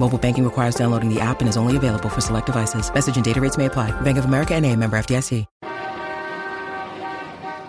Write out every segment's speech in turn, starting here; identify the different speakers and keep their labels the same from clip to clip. Speaker 1: Mobile banking requires downloading the app and is only available for select devices. Message and data rates may apply. Bank of America and a member FDIC.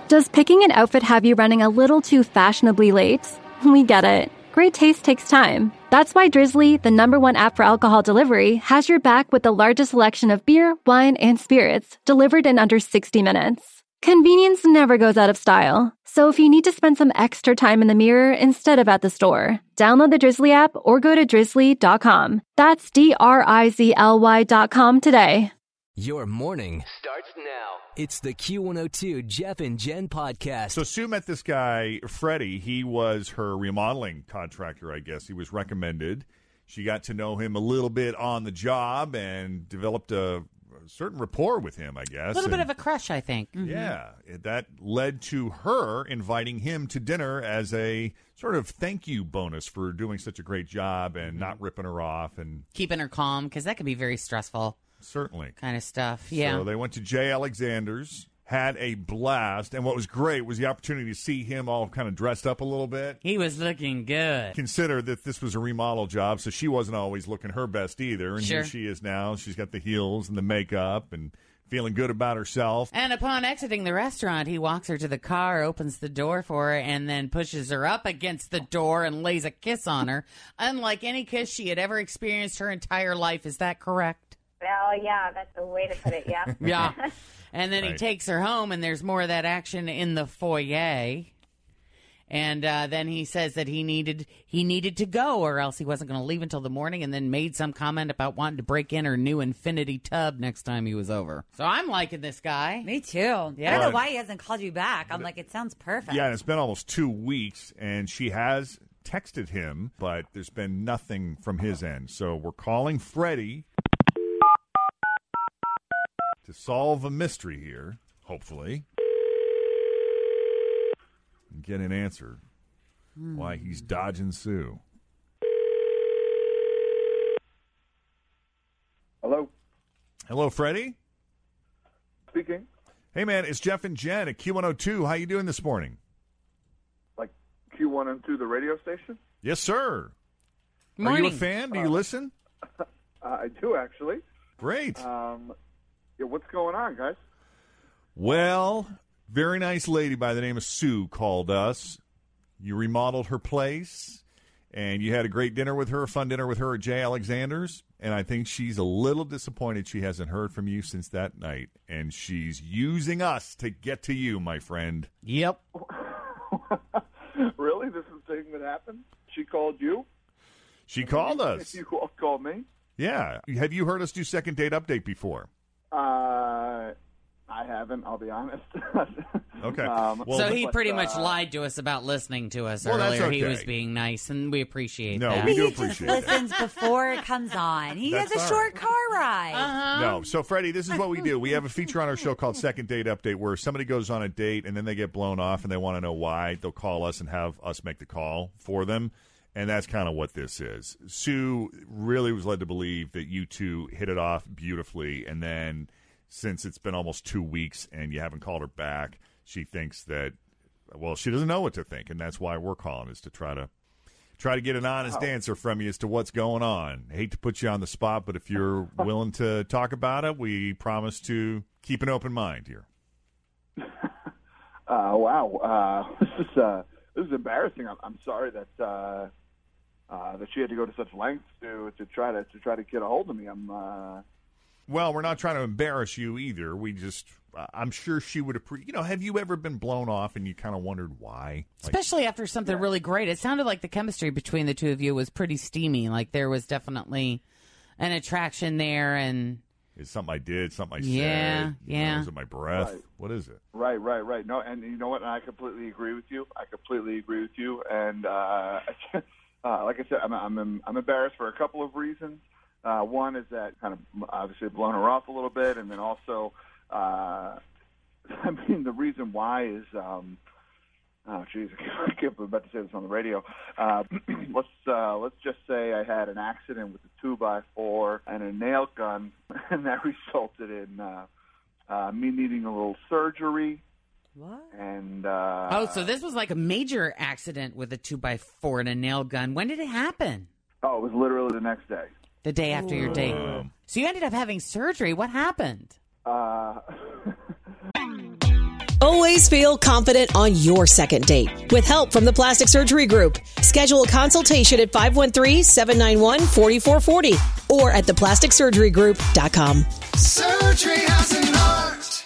Speaker 2: Does picking an outfit have you running a little too fashionably late? We get it. Great taste takes time. That's why Drizzly, the number one app for alcohol delivery, has your back with the largest selection of beer, wine, and spirits delivered in under 60 minutes. Convenience never goes out of style. So if you need to spend some extra time in the mirror instead of at the store, download the Drizzly app or go to drizzly.com. That's D R I Z L Y.com today.
Speaker 3: Your morning starts now. It's the Q102 Jeff and Jen podcast.
Speaker 4: So Sue met this guy, Freddie. He was her remodeling contractor, I guess. He was recommended. She got to know him a little bit on the job and developed a certain rapport with him, I guess.
Speaker 5: A little bit
Speaker 4: And-
Speaker 5: of a crush, I think. Mm-hmm.
Speaker 4: Yeah, it- that led to her inviting him to dinner as a sort of thank you bonus for doing such a great job
Speaker 5: Mm-hmm.
Speaker 4: and not ripping her off and
Speaker 5: Keeping her calm because that can be very stressful
Speaker 4: certainly
Speaker 5: kind of stuff. Yeah.
Speaker 4: So they went to Jay Alexander's, had a blast, and what was great was the opportunity to see him all kind of dressed up a little bit.
Speaker 5: he was looking good.
Speaker 4: Consider that this was a remodel job, so she wasn't always looking her best either. And here
Speaker 5: Sure.
Speaker 4: she is now. She's got the heels and the makeup and feeling good about herself.
Speaker 5: And upon exiting the restaurant, he walks her to the car, opens the door for her, and then pushes her up against the door and lays a kiss on her, unlike any kiss she had ever experienced her entire life. Is that correct?
Speaker 6: Oh yeah, that's the way to put it. Yeah.
Speaker 5: Yeah. and then he
Speaker 4: Right.
Speaker 5: takes her home, and there's more of that action in the foyer. And uh, then he says that he needed he needed to go, or else he wasn't going to leave until the morning. And then made some comment about wanting to break in her new infinity tub next time he was over. So I'm liking this guy.
Speaker 7: Me too. I
Speaker 5: Yeah.
Speaker 7: don't know why he hasn't called you back. I'm like, it sounds perfect.
Speaker 4: Yeah, and it's been almost two weeks, and she has texted him, but there's been nothing from his end. So we're calling Freddie to solve a mystery here, hopefully, and get an answer why he's dodging Sue.
Speaker 8: Hello,
Speaker 4: Hello, Freddie.
Speaker 8: speaking.
Speaker 4: Hey, man, it's Jeff and Jen at Q102. How you doing this morning?
Speaker 8: Like Q1 and 2, the radio station.
Speaker 4: Yes, sir. Are
Speaker 5: Morning.
Speaker 4: you a fan? Do you listen?
Speaker 8: Uh, I do actually.
Speaker 4: Great.
Speaker 8: Um, yeah, what's going on, guys?
Speaker 4: Well, very nice lady by the name of Sue called us. You remodeled her place, and you had a great dinner with her, a fun dinner with her at Jay Alexander's. And I think she's a little disappointed she hasn't heard from you since that night. And she's using us to get to you, my friend.
Speaker 5: Yep.
Speaker 8: really, this is the thing that happened. She called you.
Speaker 4: She called us.
Speaker 8: You all called me.
Speaker 4: Yeah. Have you heard us do second date update before?
Speaker 8: Uh, I haven't. I'll be honest.
Speaker 4: Okay.
Speaker 8: Um,
Speaker 4: Well,
Speaker 5: so he
Speaker 8: but,
Speaker 5: pretty much
Speaker 8: uh,
Speaker 5: lied to us about listening to us
Speaker 4: Well, that's
Speaker 5: earlier. He
Speaker 4: okay.
Speaker 5: was being nice, and we appreciate
Speaker 4: No,
Speaker 5: that.
Speaker 4: we
Speaker 7: He
Speaker 4: do
Speaker 7: just
Speaker 4: appreciate that.
Speaker 7: listens before it comes on. He
Speaker 4: That's
Speaker 7: has a
Speaker 4: all
Speaker 7: short car ride.
Speaker 5: Uh-huh.
Speaker 4: No. So, Freddie, this is what we do. We have a feature on our show called Second Date Update where somebody goes on a date and then they get blown off and they want to know why. They'll call us and have us make the call for them. And that's kind of what this is. Sue really was led to believe that you two hit it off beautifully. And then since it's been almost two weeks and you haven't called her back, she thinks that, well, she doesn't know what to think. And that's why we're calling is to try to. Try to get an honest answer from you as to what's going on. hate to put you on the spot, but if you're willing to talk about it, we promise to keep an open mind here.
Speaker 8: Uh, wow, uh, this is uh, this is embarrassing. I'm, I'm sorry that uh, uh, that she had to go to such lengths to to try to to try to get a hold of me. I'm. Uh,
Speaker 4: Well, we're not trying to embarrass you either. We just uh, I'm sure she would appreciate. You know, have you ever been blown off and you kind of wondered why? Like,
Speaker 5: Especially after something really great. It sounded like the chemistry between the two of you was pretty steamy. Like there was definitely an attraction there and
Speaker 4: it's something I did, something I
Speaker 5: Yeah,
Speaker 4: said. you know,
Speaker 5: yeah.
Speaker 4: Is it my breath?
Speaker 9: Right.
Speaker 4: What is it?
Speaker 9: Right, right, right. No, and you know what? I completely agree with you. I completely agree with you. And uh, uh, like I said, I'm, I'm I'm embarrassed for a couple of reasons. Uh, one is that kind of obviously blown her off a little bit, and then also, uh, I mean, the reason why is, um, oh, jeez, I can't believe I'm about to say this on the radio. Uh, let's uh, let's just say I had an accident with a two by four and a nail gun, and that resulted in. Uh, uh, me needing a little surgery. What? And uh,
Speaker 5: oh, so this was like a major accident with a two by four and a nail gun. When did it happen?
Speaker 9: oh, it was literally the next day.
Speaker 5: The day after your date. So you ended up having surgery. What happened?
Speaker 9: Uh,
Speaker 10: Always feel confident on your second date. With help from the Plastic Surgery Group, schedule a consultation at 513-791-4440 or at theplasticsurgerygroup.com.
Speaker 11: Surgery has an art.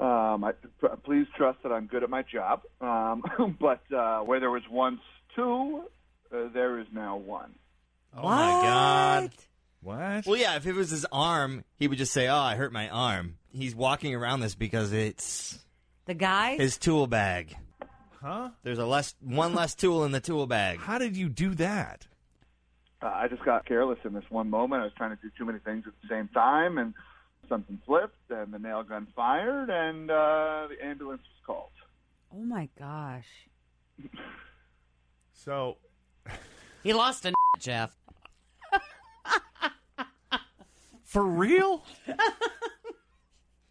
Speaker 9: um, I, p- please trust that I'm good at my job. Um, but uh, where there was once two, uh, there is now one.
Speaker 1: Oh my god.
Speaker 4: What?
Speaker 1: Well, yeah, if it was his arm, he would just say, "Oh, I hurt my arm." He's walking around this because it's
Speaker 7: The guy?
Speaker 1: his tool bag.
Speaker 4: Huh?
Speaker 1: There's a less one less tool in the tool bag.
Speaker 4: How did you do that?
Speaker 9: Uh, I just got careless in this one moment. I was trying to do too many things at the same time, and something slipped, and the nail gun fired, and uh, the ambulance was called.
Speaker 7: Oh my gosh.
Speaker 4: So
Speaker 5: He lost a Jeff.
Speaker 4: for real?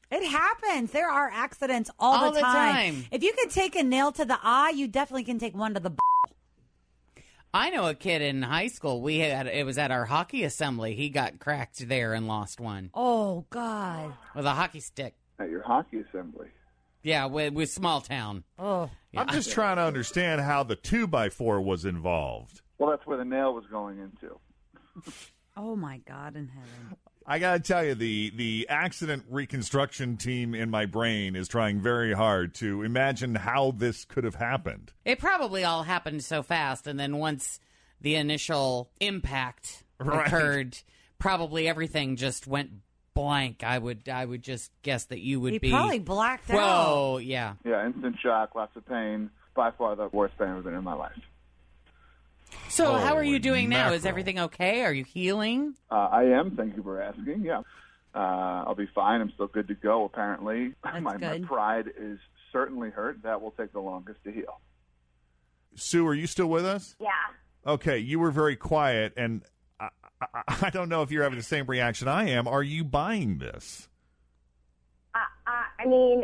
Speaker 7: It happens. There are accidents all,
Speaker 5: All the time.
Speaker 7: If you can take a nail to the eye, you definitely can take one to the. B-
Speaker 5: I know a kid in high school. We had it was at our hockey assembly. He got cracked there and lost one
Speaker 7: oh God.
Speaker 5: with a hockey stick.
Speaker 9: At your hockey assembly.
Speaker 5: Yeah, with, with small town.
Speaker 7: Oh.
Speaker 4: I'm just trying to understand how the two by four was involved.
Speaker 9: Well, that's where the nail was going into.
Speaker 7: Oh my God in heaven.
Speaker 4: I gotta tell you, the the accident reconstruction team in my brain is trying very hard to imagine how this could have happened.
Speaker 5: It probably all happened so fast, and then once the initial impact
Speaker 4: Right.
Speaker 5: occurred, probably everything just went blank. I would, I would just guess that you would
Speaker 7: He
Speaker 5: be
Speaker 7: probably blacked out.
Speaker 5: Whoa, yeah.
Speaker 9: Yeah, instant shock, lots of pain. By far the worst pain I've been in my life.
Speaker 5: So, how are
Speaker 4: Holy
Speaker 5: you doing now? Is
Speaker 4: mackerel.
Speaker 5: everything okay? Are you healing?
Speaker 9: Uh, I am. Thank you for asking. Yeah, uh, I'll be fine. I'm still good to go. Apparently, my, my
Speaker 7: good.
Speaker 9: pride is certainly hurt. That will take the longest to heal.
Speaker 4: Sue, are you still with us?
Speaker 6: Yeah.
Speaker 4: Okay, you were very quiet, and I, I, I don't know if you're having the same reaction I am. Are you buying this?
Speaker 6: Uh, uh, I mean,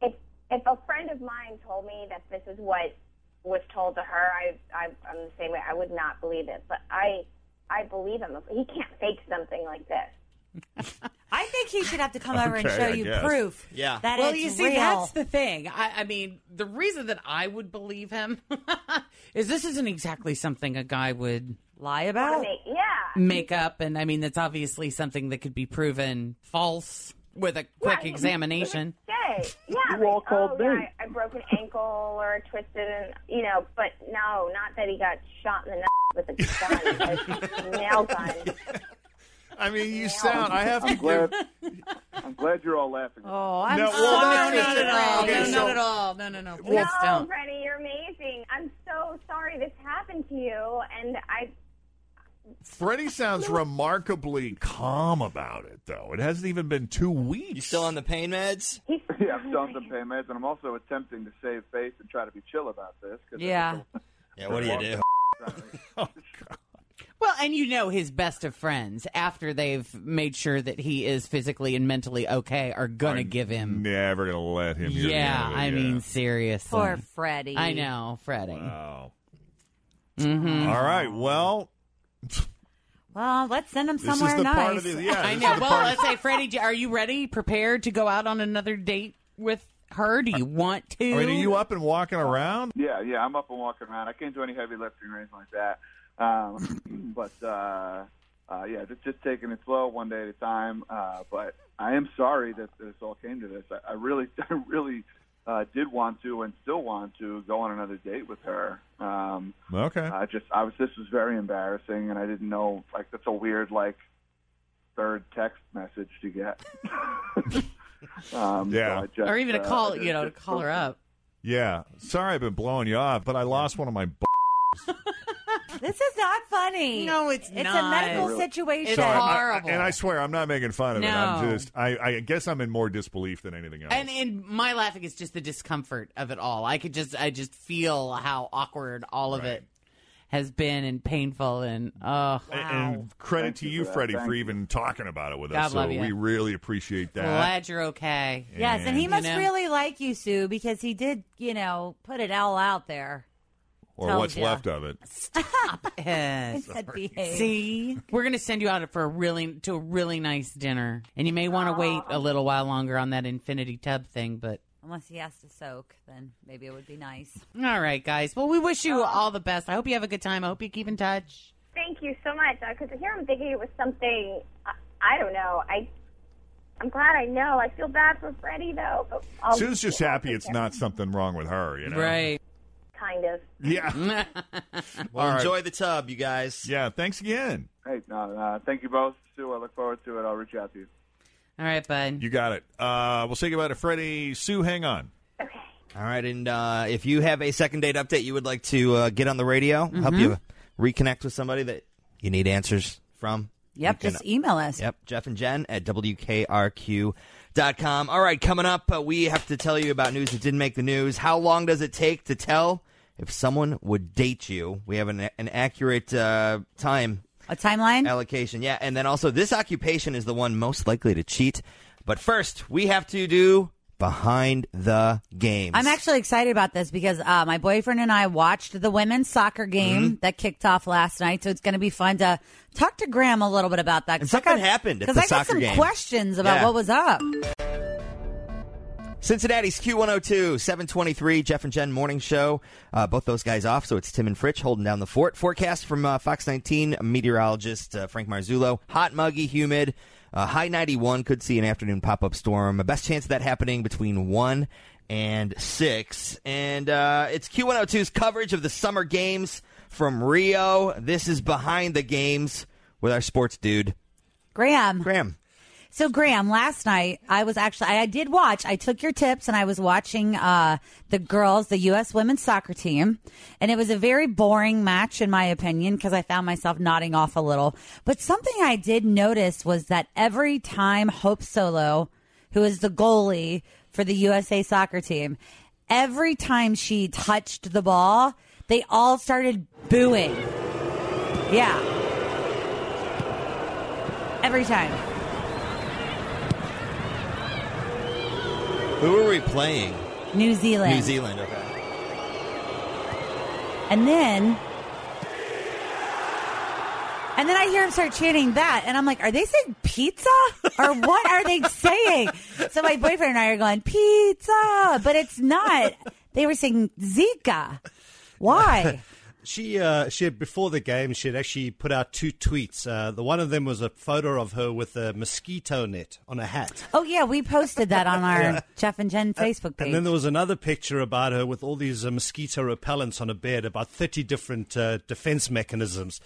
Speaker 6: if if a friend of mine told me that this is what was told to her, I, I I'm the same way. I would not believe it. But I I believe him. He can't fake something like this.
Speaker 7: I think he should have to come over and
Speaker 4: Okay,
Speaker 7: show
Speaker 4: I
Speaker 7: you
Speaker 4: guess.
Speaker 7: proof.
Speaker 1: Yeah.
Speaker 7: That
Speaker 5: well,
Speaker 7: it's
Speaker 5: you see,
Speaker 7: real.
Speaker 5: that's the thing. I, I mean, the reason that I would believe him is this isn't exactly something a guy would
Speaker 7: lie about.
Speaker 6: Make- yeah.
Speaker 5: make up, and I mean, that's obviously something that could be proven false with a quick
Speaker 6: Yeah,
Speaker 5: examination.
Speaker 6: Say, yeah.
Speaker 9: You all
Speaker 6: like,
Speaker 9: called
Speaker 6: oh,
Speaker 9: me.
Speaker 6: Yeah, I, I broke an ankle or I twisted, and you know. But no, not that he got shot in the with a gun, a nail gun.
Speaker 4: I mean, you sound. I have to
Speaker 9: I'm glad. I'm glad you're all laughing.
Speaker 7: Oh, I'm
Speaker 4: No,
Speaker 7: so
Speaker 4: well, that's
Speaker 5: No, not
Speaker 4: just-
Speaker 5: at all.
Speaker 4: okay,
Speaker 5: no,
Speaker 4: so-
Speaker 5: not at all. No, no, no. Please
Speaker 6: No,
Speaker 5: don't.
Speaker 6: Freddie, you're amazing. I'm so sorry this happened to you, and I.
Speaker 4: Freddie sounds remarkably calm about it, though. It hasn't even been two weeks.
Speaker 1: You still on the pain meds?
Speaker 6: He's,
Speaker 9: Yeah, I'm still on some pain meds, and I'm also attempting to save face and try to be chill about this. 'cause
Speaker 7: Yeah.
Speaker 1: Yeah. What do you do?
Speaker 9: I'm trying to-
Speaker 4: Oh, God.
Speaker 5: Well, and you know his best of friends after they've made sure that he is physically and mentally okay are gonna
Speaker 4: I'm
Speaker 5: give him.
Speaker 4: Never gonna let him. hear the
Speaker 5: Yeah,
Speaker 4: end of it,
Speaker 5: I mean seriously.
Speaker 12: Poor Freddie.
Speaker 5: Mm. I know, Freddie.
Speaker 4: Wow.
Speaker 5: Mhm.
Speaker 4: All right. Well,
Speaker 7: Well, let's send him
Speaker 4: This is
Speaker 7: somewhere
Speaker 4: the
Speaker 7: nice.
Speaker 4: part of the- yeah,
Speaker 5: I
Speaker 4: this
Speaker 5: know.
Speaker 4: is the
Speaker 5: Well,
Speaker 4: part-
Speaker 5: let's say, Freddie, do- are you ready, prepared to go out on another date with her? Do you want to?
Speaker 4: I mean, are you up and walking around?
Speaker 8: Yeah, yeah, I'm up and walking around. I can't do any heavy lifting or anything like that. Um, but uh, uh, yeah, just just taking it slow, one day at a time. Uh, but I am sorry that this all came to this. I, I really, I really uh, did want to and still want to go on another date with her. Um,
Speaker 4: Okay.
Speaker 8: I just, I was. This was very embarrassing, and I didn't know. Like, that's a weird, like, third text message to get. um,
Speaker 4: Yeah.
Speaker 8: so I just,
Speaker 5: or even
Speaker 8: uh,
Speaker 5: a call,
Speaker 8: just-
Speaker 5: you know, to
Speaker 8: just-
Speaker 5: call her up.
Speaker 4: Yeah. Sorry, I've been blowing you off, but I lost one of my. B-
Speaker 7: This is not funny.
Speaker 5: No, it's
Speaker 7: It's a
Speaker 5: not.
Speaker 7: medical
Speaker 4: Really?
Speaker 7: situation.
Speaker 4: Sorry, I'm not- and I swear, I'm not making fun of it. I'm
Speaker 5: No.
Speaker 4: just, I, I guess I'm in more disbelief than anything else.
Speaker 5: And and my laughing is just the discomfort of it all. I could just I just feel how awkward all of it has been and painful and oh.
Speaker 4: A- And credit
Speaker 5: Thank
Speaker 4: to
Speaker 5: you
Speaker 4: you,
Speaker 5: for that.
Speaker 4: Freddie,
Speaker 5: Thank
Speaker 4: for
Speaker 5: you.
Speaker 4: even talking about it with
Speaker 5: God
Speaker 4: us. So
Speaker 5: love you.
Speaker 4: we really appreciate that.
Speaker 5: Glad you're okay.
Speaker 7: Yes, and he
Speaker 4: You
Speaker 7: must
Speaker 4: know?
Speaker 7: really like you, Sue, because he did, you know, put it all out there.
Speaker 4: or
Speaker 7: Told
Speaker 4: what's
Speaker 7: ya.
Speaker 4: left of it.
Speaker 5: Yes.
Speaker 7: It said behave.
Speaker 5: See, we're gonna send you out for a really to a really nice dinner, and you may want to wait a little while longer on that infinity tub thing. But
Speaker 7: Unless he has to soak, then maybe it would be nice.
Speaker 5: all right, guys. Well, we wish you all the best. I hope you have a good time. I hope you keep in touch.
Speaker 6: Thank you so much. Because here I'm thinking it was something I, I don't know. I I'm glad I know. I feel bad for Freddie though. But I'll-
Speaker 4: Sue's just
Speaker 6: I'll
Speaker 4: happy
Speaker 6: take
Speaker 4: it's
Speaker 6: care.
Speaker 4: not something wrong with her, you know?
Speaker 6: Kind of.
Speaker 4: Yeah.
Speaker 9: Well,
Speaker 4: All right.
Speaker 9: enjoy the tub, you guys.
Speaker 4: Yeah. Thanks again.
Speaker 8: Hey, no, uh, thank you both, Sue. I look forward to it. I'll reach out to you.
Speaker 5: All right, bud.
Speaker 4: You got it. Uh, we'll say goodbye to Freddie. Sue, hang on.
Speaker 9: All right, and uh, if you have a second date update you would like to uh, get on the radio, help you
Speaker 7: Mm-hmm.
Speaker 9: reconnect with somebody that you need answers from.
Speaker 7: Yep,
Speaker 9: you can-
Speaker 7: just e- email us.
Speaker 9: Yep, Jeff and Jen at WKRQ.com. All right, coming up, uh, we have to tell you about news that didn't make the news. How long does it take to tell if someone would date you? We have an, an accurate uh, time.
Speaker 7: A timeline?
Speaker 9: Allocation, yeah. And then also, this occupation is the one most likely to cheat. But first, we have to do behind the games.
Speaker 7: I'm actually excited about this because uh, my boyfriend and I watched the women's soccer game
Speaker 9: Mm-hmm.
Speaker 7: that kicked off last night, so it's going to be fun to talk to Graham a little bit about that.
Speaker 9: And something happened at
Speaker 7: because
Speaker 9: the
Speaker 7: I got
Speaker 9: soccer
Speaker 7: some
Speaker 9: game.
Speaker 7: questions about
Speaker 9: Yeah.
Speaker 7: what was up.
Speaker 9: Cincinnati's Q102, 723, Jeff and Jen Morning Show. Uh, both those guys off, so it's Tim and Fritch holding down the fort. Forecast from uh, Fox 19 meteorologist uh, Frank Marzullo. Hot, muggy, humid. Uh, high 91 could see an afternoon pop up storm. The best chance of that happening between 1 and 6. And uh, it's Q102's coverage of the summer games from Rio. This is behind the games with our sports dude,
Speaker 7: Graham.
Speaker 9: Graham.
Speaker 7: So Graham, last night I was actually I, I did watch. I took your tips and I was watching uh, the girls, the U.S. women's soccer team, and it was a very boring match in my opinion because I found myself nodding off a little. But something I did notice was that every time Hope Solo, who is the goalie for the USA soccer team, every time she touched the ball, they all started booing. Yeah, every time.
Speaker 9: Who are we playing?
Speaker 7: New Zealand.
Speaker 9: New Zealand, okay.
Speaker 7: And then and then I hear him start chanting that, and I'm like, "Are they saying pizza or what are they saying?" So my boyfriend and I are going pizza, but it's not. They were saying Zika. Why?
Speaker 13: She uh, she had before the game she had actually put out two tweets. Uh, the one of them was a photo of her with a mosquito net on a hat.
Speaker 7: Oh yeah, we posted that on our
Speaker 13: Yeah.
Speaker 7: Jeff and Jen Facebook page.
Speaker 13: And then there was another picture about her with all these uh, mosquito repellents on a bed, about 30 different uh, defense mechanisms.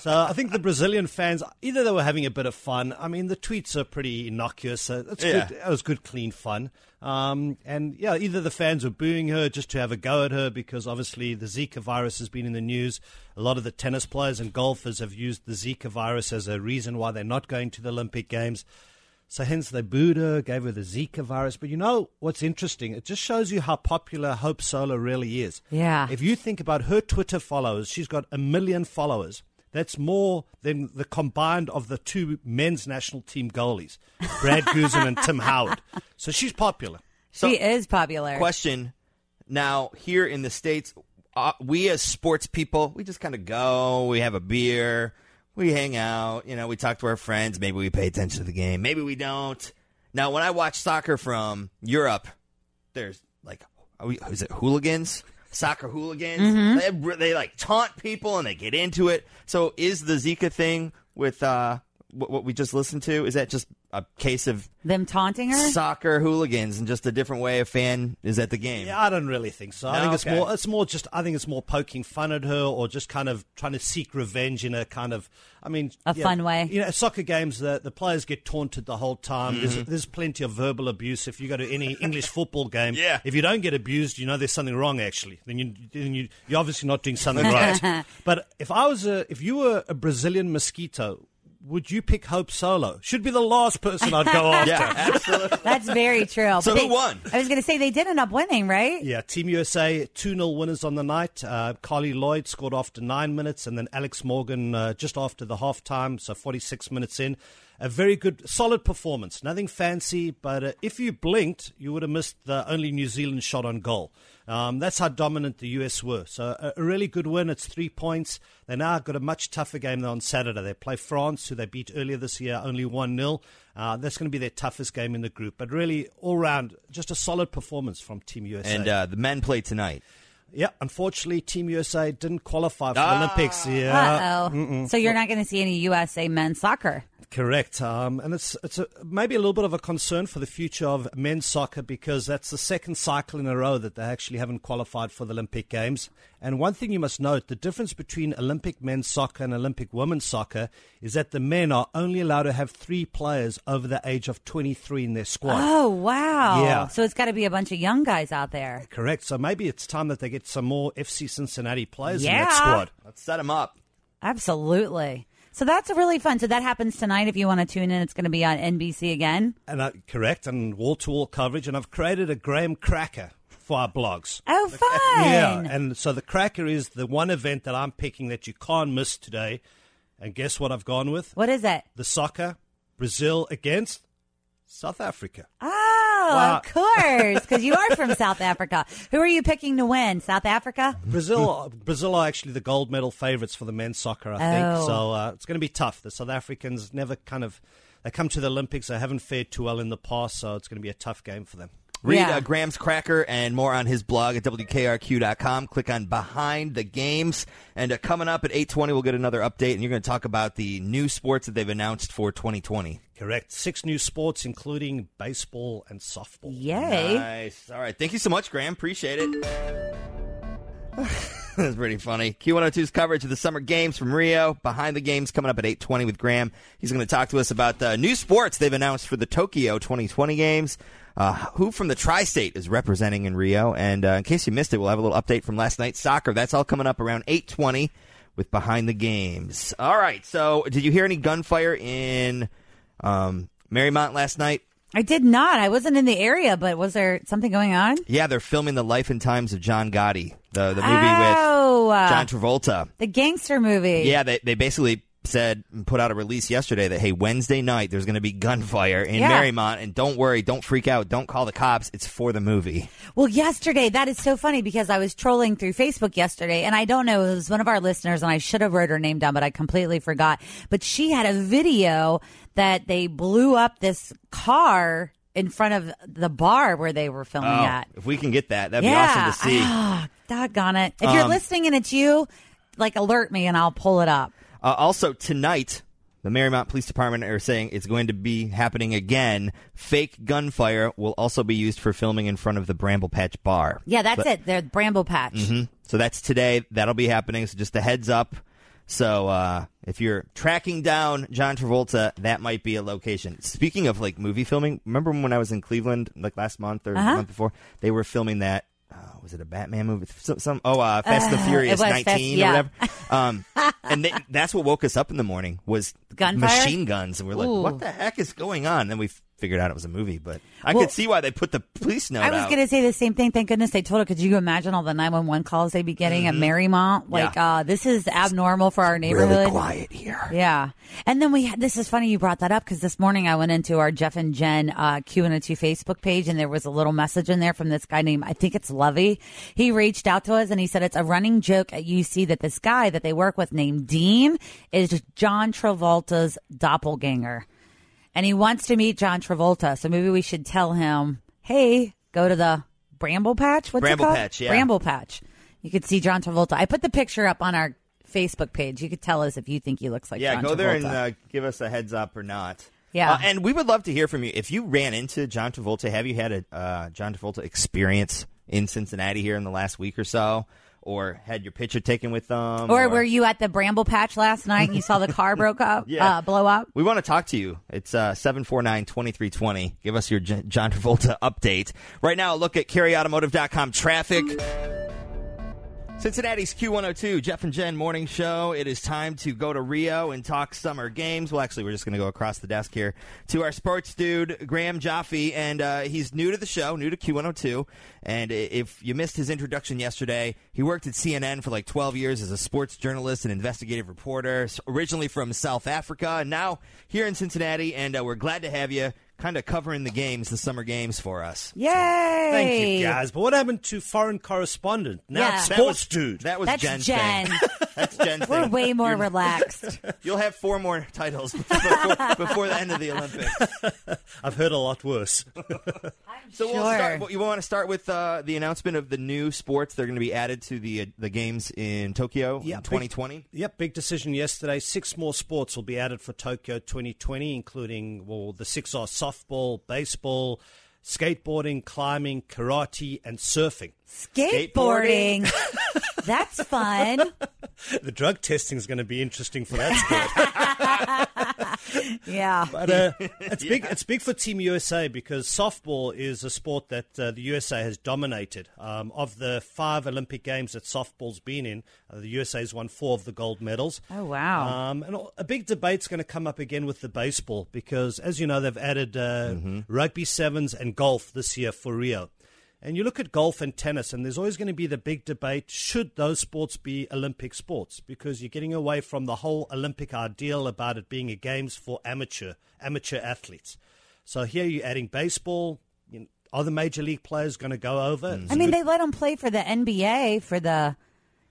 Speaker 13: So I think the Brazilian fans, either they were having a bit of fun. I mean, the tweets are pretty innocuous. Uh, it's
Speaker 9: Yeah.
Speaker 13: good. It was good, clean fun. Um, and yeah, either the fans were booing her just to have a go at her because obviously the Zika virus has been in the news. A lot of the tennis players and golfers have used the Zika virus as a reason why they're not going to the Olympic Games. So hence they booed her, gave her the Zika virus. But you know what's interesting? It just shows you how popular Hope Solo really is.
Speaker 7: Yeah.
Speaker 5: Ah.
Speaker 13: If you think about her Twitter followers, she's got a million followers.
Speaker 4: That's more than the combined of the two men's national team goalies, Brad Guzman and Tim Howard. So she's popular.
Speaker 7: she is popular.
Speaker 5: Question now here in the states, uh, we as sports people, we just kind of go, we have a beer, we hang out, you know, we talk to our friends, maybe we pay attention to the game, maybe we don't. Now, when I watch soccer from Europe, there's like, are we, is it hooligans? Soccer hooligans? They, they like taunt people and they get into it. So, is the Zika thing with uh, what, what we just listened to? Is that just a case of
Speaker 7: them taunting her?
Speaker 5: soccer hooligans and just a different way a fan is at the game?
Speaker 4: Yeah, I don't really think so. I
Speaker 5: No,
Speaker 4: think it's
Speaker 5: okay.
Speaker 4: more it's more just I think it's more poking fun at her or just kind of trying to seek revenge in a kind of I mean
Speaker 7: A
Speaker 4: yeah,
Speaker 7: fun way.
Speaker 4: You know, soccer games the the players get taunted the whole time. There's,
Speaker 5: Mhm.
Speaker 4: there's plenty of verbal abuse. If you go to any English football game,
Speaker 5: Yeah.
Speaker 4: if you don't get abused, you know there's something wrong actually. Then you then you you're obviously not doing something right. But if I was a if you were a Brazilian mosquito, would you pick Hope Solo? Should be the last person I'd go after.
Speaker 5: absolutely.
Speaker 7: That's very true.
Speaker 4: So
Speaker 7: But
Speaker 4: who
Speaker 7: they-
Speaker 4: won?
Speaker 7: I was going to say they did end up winning, right?
Speaker 4: Yeah, Team USA, 2 0 winners on the night. Uh, Carly Lloyd scored after nine minutes, and then Alex Morgan uh, just after the halftime, so 46 minutes in. A very good, solid performance. Nothing fancy, but uh, if you blinked, you would have missed the only New Zealand shot on goal. Um, that's how dominant the US were. So a, a really good win. It's three points. They now got a much tougher game on Saturday. They play France, who they beat earlier this year, only 1 0. Uh, that's going to be their toughest game in the group. But really, all round, just a solid performance from Team USA.
Speaker 5: And uh, the men play tonight.
Speaker 4: yeah, unfortunately, Team USA didn't qualify for
Speaker 5: Ah.
Speaker 4: the Olympics. Yeah.
Speaker 7: Uh oh.
Speaker 4: Mm-mm.
Speaker 7: So you're not going to see any USA men's soccer.
Speaker 4: Correct, um, and it's it's a, maybe a little bit of a concern for the future of men's soccer because that's the second cycle in a row that they actually haven't qualified for the Olympic Games. And one thing you must note: the difference between Olympic men's soccer and Olympic women's soccer is that the men are only allowed to have three players over the age of twenty-three in their squad.
Speaker 7: Oh wow.
Speaker 4: Yeah.
Speaker 7: So it's got to be a bunch of young guys out there.
Speaker 4: Correct. So maybe it's time that they get some more FC Cincinnati players in
Speaker 7: Yeah.
Speaker 4: that squad.
Speaker 5: Let's set them up.
Speaker 7: Absolutely. So that's really fun. So that happens tonight. If you want to tune in, it's going to be on NBC again.
Speaker 4: And I, correct, and wall to wall coverage. And I've created a Graham Cracker for our blogs.
Speaker 7: Oh, fun!
Speaker 4: Yeah, and so the Cracker is the one event that I'm picking that you can't miss today. And guess what I've gone with?
Speaker 7: What is it?
Speaker 4: The soccer, Brazil against South Africa.
Speaker 7: Oh,
Speaker 4: Wow.
Speaker 7: of course, because you are from South Africa. Who are you picking to win? South Africa.
Speaker 4: Brazil,
Speaker 5: Hmm.
Speaker 4: Brazil are actually the gold medal favorites for the men's soccer, I think.
Speaker 7: Oh.
Speaker 4: So uh, it's going to be tough. The South Africans never kind of they come to the Olympics. They haven't fared too well in the past, so it's going to be a tough game for them.
Speaker 5: Read uh, Graham's Cracker and more on his blog at WKRQ.com. Click on Behind the Games. And uh, coming up at 820, we'll get another update, and you're going to talk about the new sports that they've announced for 2020.
Speaker 4: Correct. Six new sports, including baseball and softball.
Speaker 5: Nice. All right. Thank you so much, Graham. Appreciate it. That's pretty funny. Q102's coverage of the Summer Games from Rio. Behind the Games coming up at 8.20 with Graham. He's going to talk to us about the new sports they've announced for the Tokyo 2020 Games. Uh, who from the tri-state is representing in Rio? And uh, in case you missed it, we'll have a little update from last night's soccer. That's all coming up around 8.20 with Behind the Games. All right. So did you hear any gunfire in um, Marymount last night?
Speaker 7: I did not. I wasn't in the area, but was there something going on?
Speaker 5: Yeah, they're filming the life and times of John Gotti, the the movie
Speaker 7: Oh,
Speaker 5: with
Speaker 7: uh,
Speaker 5: John Travolta.
Speaker 7: The gangster movie.
Speaker 5: Yeah, they they basically said put out a release yesterday that hey Wednesday night there's going to be gunfire in
Speaker 7: Yeah.
Speaker 5: Marymount and don't worry, don't freak out, don't call the cops. It's for the movie.
Speaker 7: Well, yesterday, that is so funny because I was trolling through Facebook yesterday and I don't know, it was one of our listeners and I should have wrote her name down, but I completely forgot. But she had a video that they blew up this car in front of the bar where they were filming
Speaker 5: Oh,
Speaker 7: at.
Speaker 5: if we can get that, that'd be
Speaker 7: yeah.
Speaker 5: awesome to see.
Speaker 7: Ah, doggone it. If you're
Speaker 5: Um,
Speaker 7: listening and it's you, like alert me and I'll pull it up.
Speaker 5: Uh, also tonight, the Marymount Police Department are saying it's going to be happening again. Fake gunfire will also be used for filming in front of the Bramble Patch Bar.
Speaker 7: Yeah, that's
Speaker 5: But-
Speaker 7: it. They're Bramble Patch.
Speaker 5: hmm So that's today. That'll be happening. So just a heads up. So uh, if you're tracking down John Travolta, that might be a location. Speaking of like movie filming, remember when I was in Cleveland like last month or the
Speaker 7: Uh-huh.
Speaker 5: month before? They were filming that. Uh, was it a Batman movie? Some, some oh, uh, Fast and the
Speaker 7: Uh,
Speaker 5: Furious
Speaker 7: it
Speaker 5: 19
Speaker 7: was Fast- yeah.
Speaker 5: or whatever. Um, and they, that's what woke us up in the morning was
Speaker 7: Gunfire?
Speaker 5: machine guns, and we're like,
Speaker 7: Ooh.
Speaker 5: what the heck is going on? And then we f- figured out it was a movie, but I
Speaker 7: Well,
Speaker 5: could see why they put the police note
Speaker 7: I was
Speaker 5: out.
Speaker 7: going to say the same thing. Thank goodness they told her. Could you imagine all the 911 calls they'd be getting
Speaker 5: Mhm.
Speaker 7: at Marymount? Like, uh, this is abnormal for our
Speaker 5: really
Speaker 7: neighborhood.
Speaker 5: quiet here.
Speaker 7: Yeah. And then we had, this is funny you brought that up because this morning I went into our Jeff and Jen uh, Q&A2 Facebook page and there was a little message in there from this guy named, I think it's Lovey. He reached out to us and he said it's a running joke at UC that this guy that they work with named Dean is John Travolta's doppelganger and he wants to meet John Travolta. So maybe we should tell him, hey, go to the Bramble Patch. What's
Speaker 5: Bramble
Speaker 7: it called?
Speaker 5: Patch, yeah.
Speaker 7: Bramble Patch. You could see John Travolta. I put the picture up on our Facebook page. You could tell us if you think he looks like
Speaker 5: yeah,
Speaker 7: John
Speaker 5: go there and
Speaker 7: Travolta.
Speaker 5: uh, give us a heads up or not.
Speaker 7: Yeah.
Speaker 5: Uh, and we would love to hear from you. If you ran into John Travolta, have you had a uh, John Travolta experience in Cincinnati here in the last week or so? Or had your picture taken with um, them?
Speaker 7: or were you at the Bramble Patch last night and you saw the car broke up,
Speaker 5: Yeah.
Speaker 7: uh, blow up?
Speaker 5: We want to talk to you. It's uh, 749 2320. Give us your J- John Travolta update. Right now, look at carryautomotive.com traffic. Cincinnati's Q102, Jeff and Jen morning show. It is time to go to Rio and talk summer games. Well, actually, we're just going to go across the desk here to our sports dude, Graham Jaffe. And uh, he's new to the show, new to Q102. And i- if you missed his introduction yesterday, he worked at CNN for like 12 years as a sports journalist and investigative reporter, s- originally from South Africa, and now here in Cincinnati. And uh, we're glad to have you kind of covering the games, the summer games for us.
Speaker 7: Yay!
Speaker 4: Thank you, guys. But what happened to foreign correspondent? Now
Speaker 7: Yeah.
Speaker 4: it's
Speaker 7: That
Speaker 4: sports
Speaker 5: was-
Speaker 4: dude.
Speaker 5: That was
Speaker 7: That's
Speaker 5: Jen's
Speaker 7: Jen.
Speaker 5: thing. That's Jen's
Speaker 7: We're
Speaker 5: thing.
Speaker 7: way more
Speaker 5: You're-
Speaker 7: relaxed.
Speaker 5: You'll have four more titles before, before the end of the Olympics.
Speaker 4: I've heard a lot worse.
Speaker 5: So we'll
Speaker 4: Sure.
Speaker 5: start. well, You want to start with uh, the announcement of the new sports they're going to be added to the uh, the games in Tokyo in 2020.
Speaker 4: Yep, big decision yesterday. Six more sports will be added for Tokyo 2020, including well, the six are softball, baseball, skateboarding, climbing, karate, and surfing.
Speaker 7: Skateboarding. That's fun.
Speaker 4: the drug testing is going to be interesting for that sport.
Speaker 7: Yeah.
Speaker 4: But uh, it's big. It's big for Team USA because softball is a sport that uh, the USA has dominated. Um, of the five Olympic games that softball's been in, uh, the USA has won four of the gold medals.
Speaker 7: Oh, wow.
Speaker 4: Um, and a big debate's going to come up again with the baseball because, as you know, they've added uh, rugby sevens and golf this year for Rio. And you look at golf and tennis, and there's always going to be the big debate should those sports be Olympic sports? Because you're getting away from the whole Olympic ideal about it being a games for amateur amateur athletes. So here you're adding baseball. You know, are the major league players going to go over? It's
Speaker 7: I
Speaker 4: a
Speaker 7: mean,
Speaker 4: good-
Speaker 7: they let him play for the NBA for the,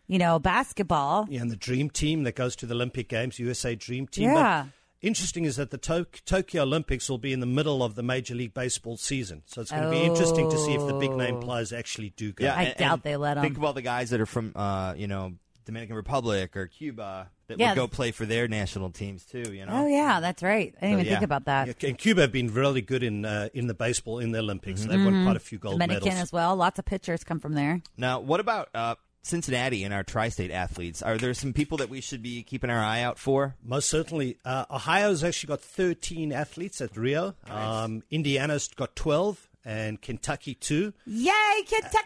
Speaker 7: you know, basketball.
Speaker 4: Yeah, and the dream team that goes to the Olympic Games, USA Dream Team. But
Speaker 7: Yeah.
Speaker 4: interesting is that the Tok- Tokyo Olympics will be in the middle of the Major League Baseball season, so it's going to be interesting to see if the big name
Speaker 7: Oh.
Speaker 4: players actually do go.
Speaker 5: Yeah, and- and
Speaker 7: they let 'em.
Speaker 5: Think of all the guys that are from uh, you know Dominican Republic or Cuba that
Speaker 7: Yes.
Speaker 5: would go play for their national teams too. You know.
Speaker 7: Oh yeah, that's right. I didn't even think about that.
Speaker 4: Yeah, and Cuba have been really good in uh, in the baseball in the Olympics. They've
Speaker 7: Mhm.
Speaker 4: won quite a few gold
Speaker 7: Dominican
Speaker 4: medals.
Speaker 7: as well. Lots of pitchers come from there.
Speaker 5: Now, what about uh, Cincinnati and our tri-state athletes? Are there some people that we should be keeping our eye out for?
Speaker 4: Most certainly. Uh, Ohio's actually got 13 athletes at Rio. Um, Indiana's got 12, and Kentucky, two.
Speaker 7: Yay,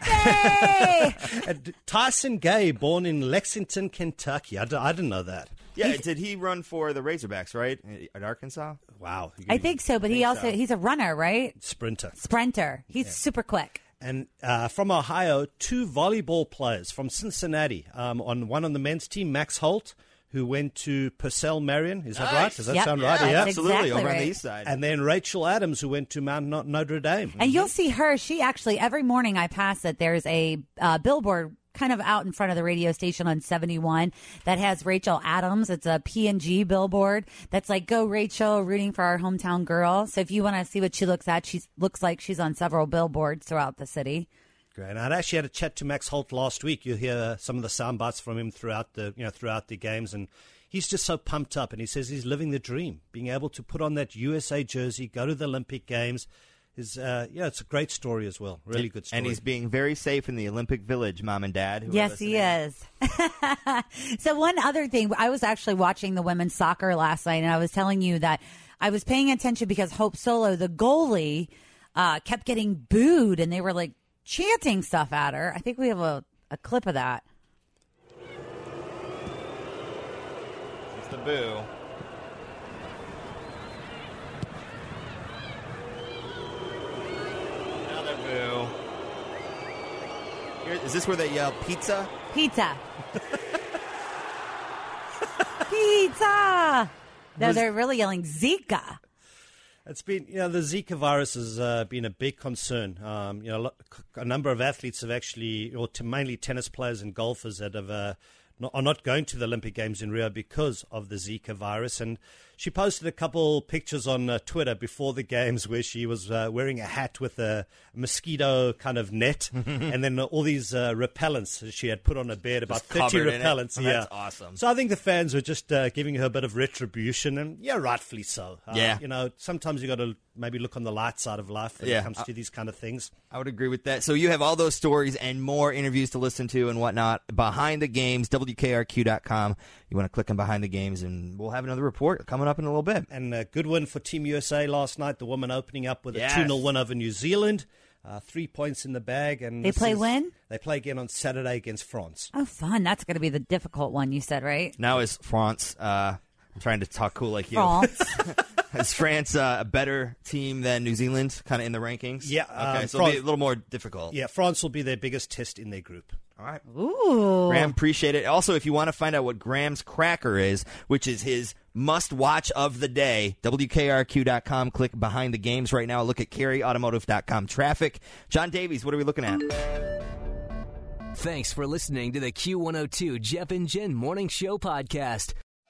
Speaker 7: Kentucky!
Speaker 4: And Tyson Gay, born in Lexington, Kentucky. I, d- I didn't know that.
Speaker 5: Yeah, did he run for the Razorbacks, right? At Arkansas?
Speaker 4: Wow.
Speaker 7: I think so, but he
Speaker 5: Think
Speaker 7: also
Speaker 5: so.
Speaker 7: he's a runner, right?
Speaker 4: Sprinter.
Speaker 7: Sprinter. He's super quick.
Speaker 4: And uh, from Ohio, two volleyball players from Cincinnati. Um, on one on the men's team, Max Holt, who went to Purcell Marion. Is that
Speaker 5: Nice.
Speaker 4: right? Does that
Speaker 5: Yep.
Speaker 4: sound
Speaker 5: Yeah,
Speaker 4: right?
Speaker 5: that's Absolutely, exactly over on the right. east side.
Speaker 4: And then Rachel Adams, who went to Mount No- Notre Dame.
Speaker 7: And
Speaker 5: Mm-hmm.
Speaker 7: you'll see her. She actually every morning I pass it. There's a uh, billboard kind of out in front of the radio station on 71 that has Rachel Adams. It's a P&G billboard that's like go Rachel rooting for our hometown girl. So if you want to see what she looks at, she looks like she's on several billboards throughout the city.
Speaker 4: Great. And I'd actually had a chat to Max Holt last week. You hear some of the sound bites from him throughout the you know throughout the games, and he's just so pumped up. And he says he's living the dream, being able to put on that USA jersey, go to the Olympic Games. Is uh, yeah, it's a great story as well. Really good story.
Speaker 5: And he's being very safe in the Olympic Village, mom and dad. who are
Speaker 7: Yes, he is. so one other thing, I was actually watching the women's soccer last night, and I was telling you that I was paying attention because Hope Solo, the goalie, uh, kept getting booed, and they were like chanting stuff at her. I think we have a, a clip of that.
Speaker 5: It's the boo.
Speaker 9: Boo. Here- Is this where they yell pizza?
Speaker 7: Pizza. Pizza. No,
Speaker 4: Was-
Speaker 7: they're really yelling Zika.
Speaker 4: It's been, you know, the Zika virus has uh, been a big concern. Um, you know, a lot- a number of athletes have actually, or t- mainly tennis players and golfers that have. Uh, not, are not going to the Olympic Games in Rio because of the Zika virus. And she posted a couple pictures on uh, Twitter before the games where she was uh, wearing a hat with a mosquito kind of net, and then all these uh, repellents that she had put on her bed, about thirty
Speaker 9: covered in it.
Speaker 4: repellents.
Speaker 9: Oh,
Speaker 4: yeah,
Speaker 9: that's awesome.
Speaker 4: So I think the fans were just uh, giving her a bit of retribution, and yeah, rightfully so. Uh,
Speaker 9: Yeah.
Speaker 4: you know, sometimes you got to maybe look on the light side of life when
Speaker 9: Yeah.
Speaker 4: it comes
Speaker 9: I-
Speaker 4: to these kind of things.
Speaker 9: I would agree with that. So you have all those stories and more interviews to listen to and whatnot behind the games, WKRQ.com. You want to click on behind the games, and we'll have another report coming up in a little bit.
Speaker 4: And a good win for Team USA last night. The women opening up with
Speaker 9: Yes.
Speaker 4: a 2 0 win over New Zealand. Uh, three points in the bag. and
Speaker 7: They
Speaker 4: Mm, this
Speaker 7: play
Speaker 4: is-
Speaker 7: when?
Speaker 4: They play again on Saturday against France.
Speaker 7: Oh, fun. That's going to be the difficult one, you said, right?
Speaker 9: Now is France, uh, I'm trying to talk cool like you.
Speaker 7: France.
Speaker 9: is France uh, a better team than New Zealand, kind of in the rankings?
Speaker 4: Yeah,
Speaker 9: Okay,
Speaker 4: um,
Speaker 9: so it'll be a
Speaker 4: France-
Speaker 9: little more difficult.
Speaker 4: Yeah, France will be their biggest test in their group.
Speaker 9: All right.
Speaker 7: Ooh.
Speaker 9: Graham, appreciate it. Also, if you want to find out what Graham's Cracker is, which is his must watch of the day, WKRQ.com. Click behind the games right now. Look at carryautomotive.com E traffic. John Davies, what are we looking at?
Speaker 14: Thanks for listening to the Q102 Jeff and Jen Morning Show podcast.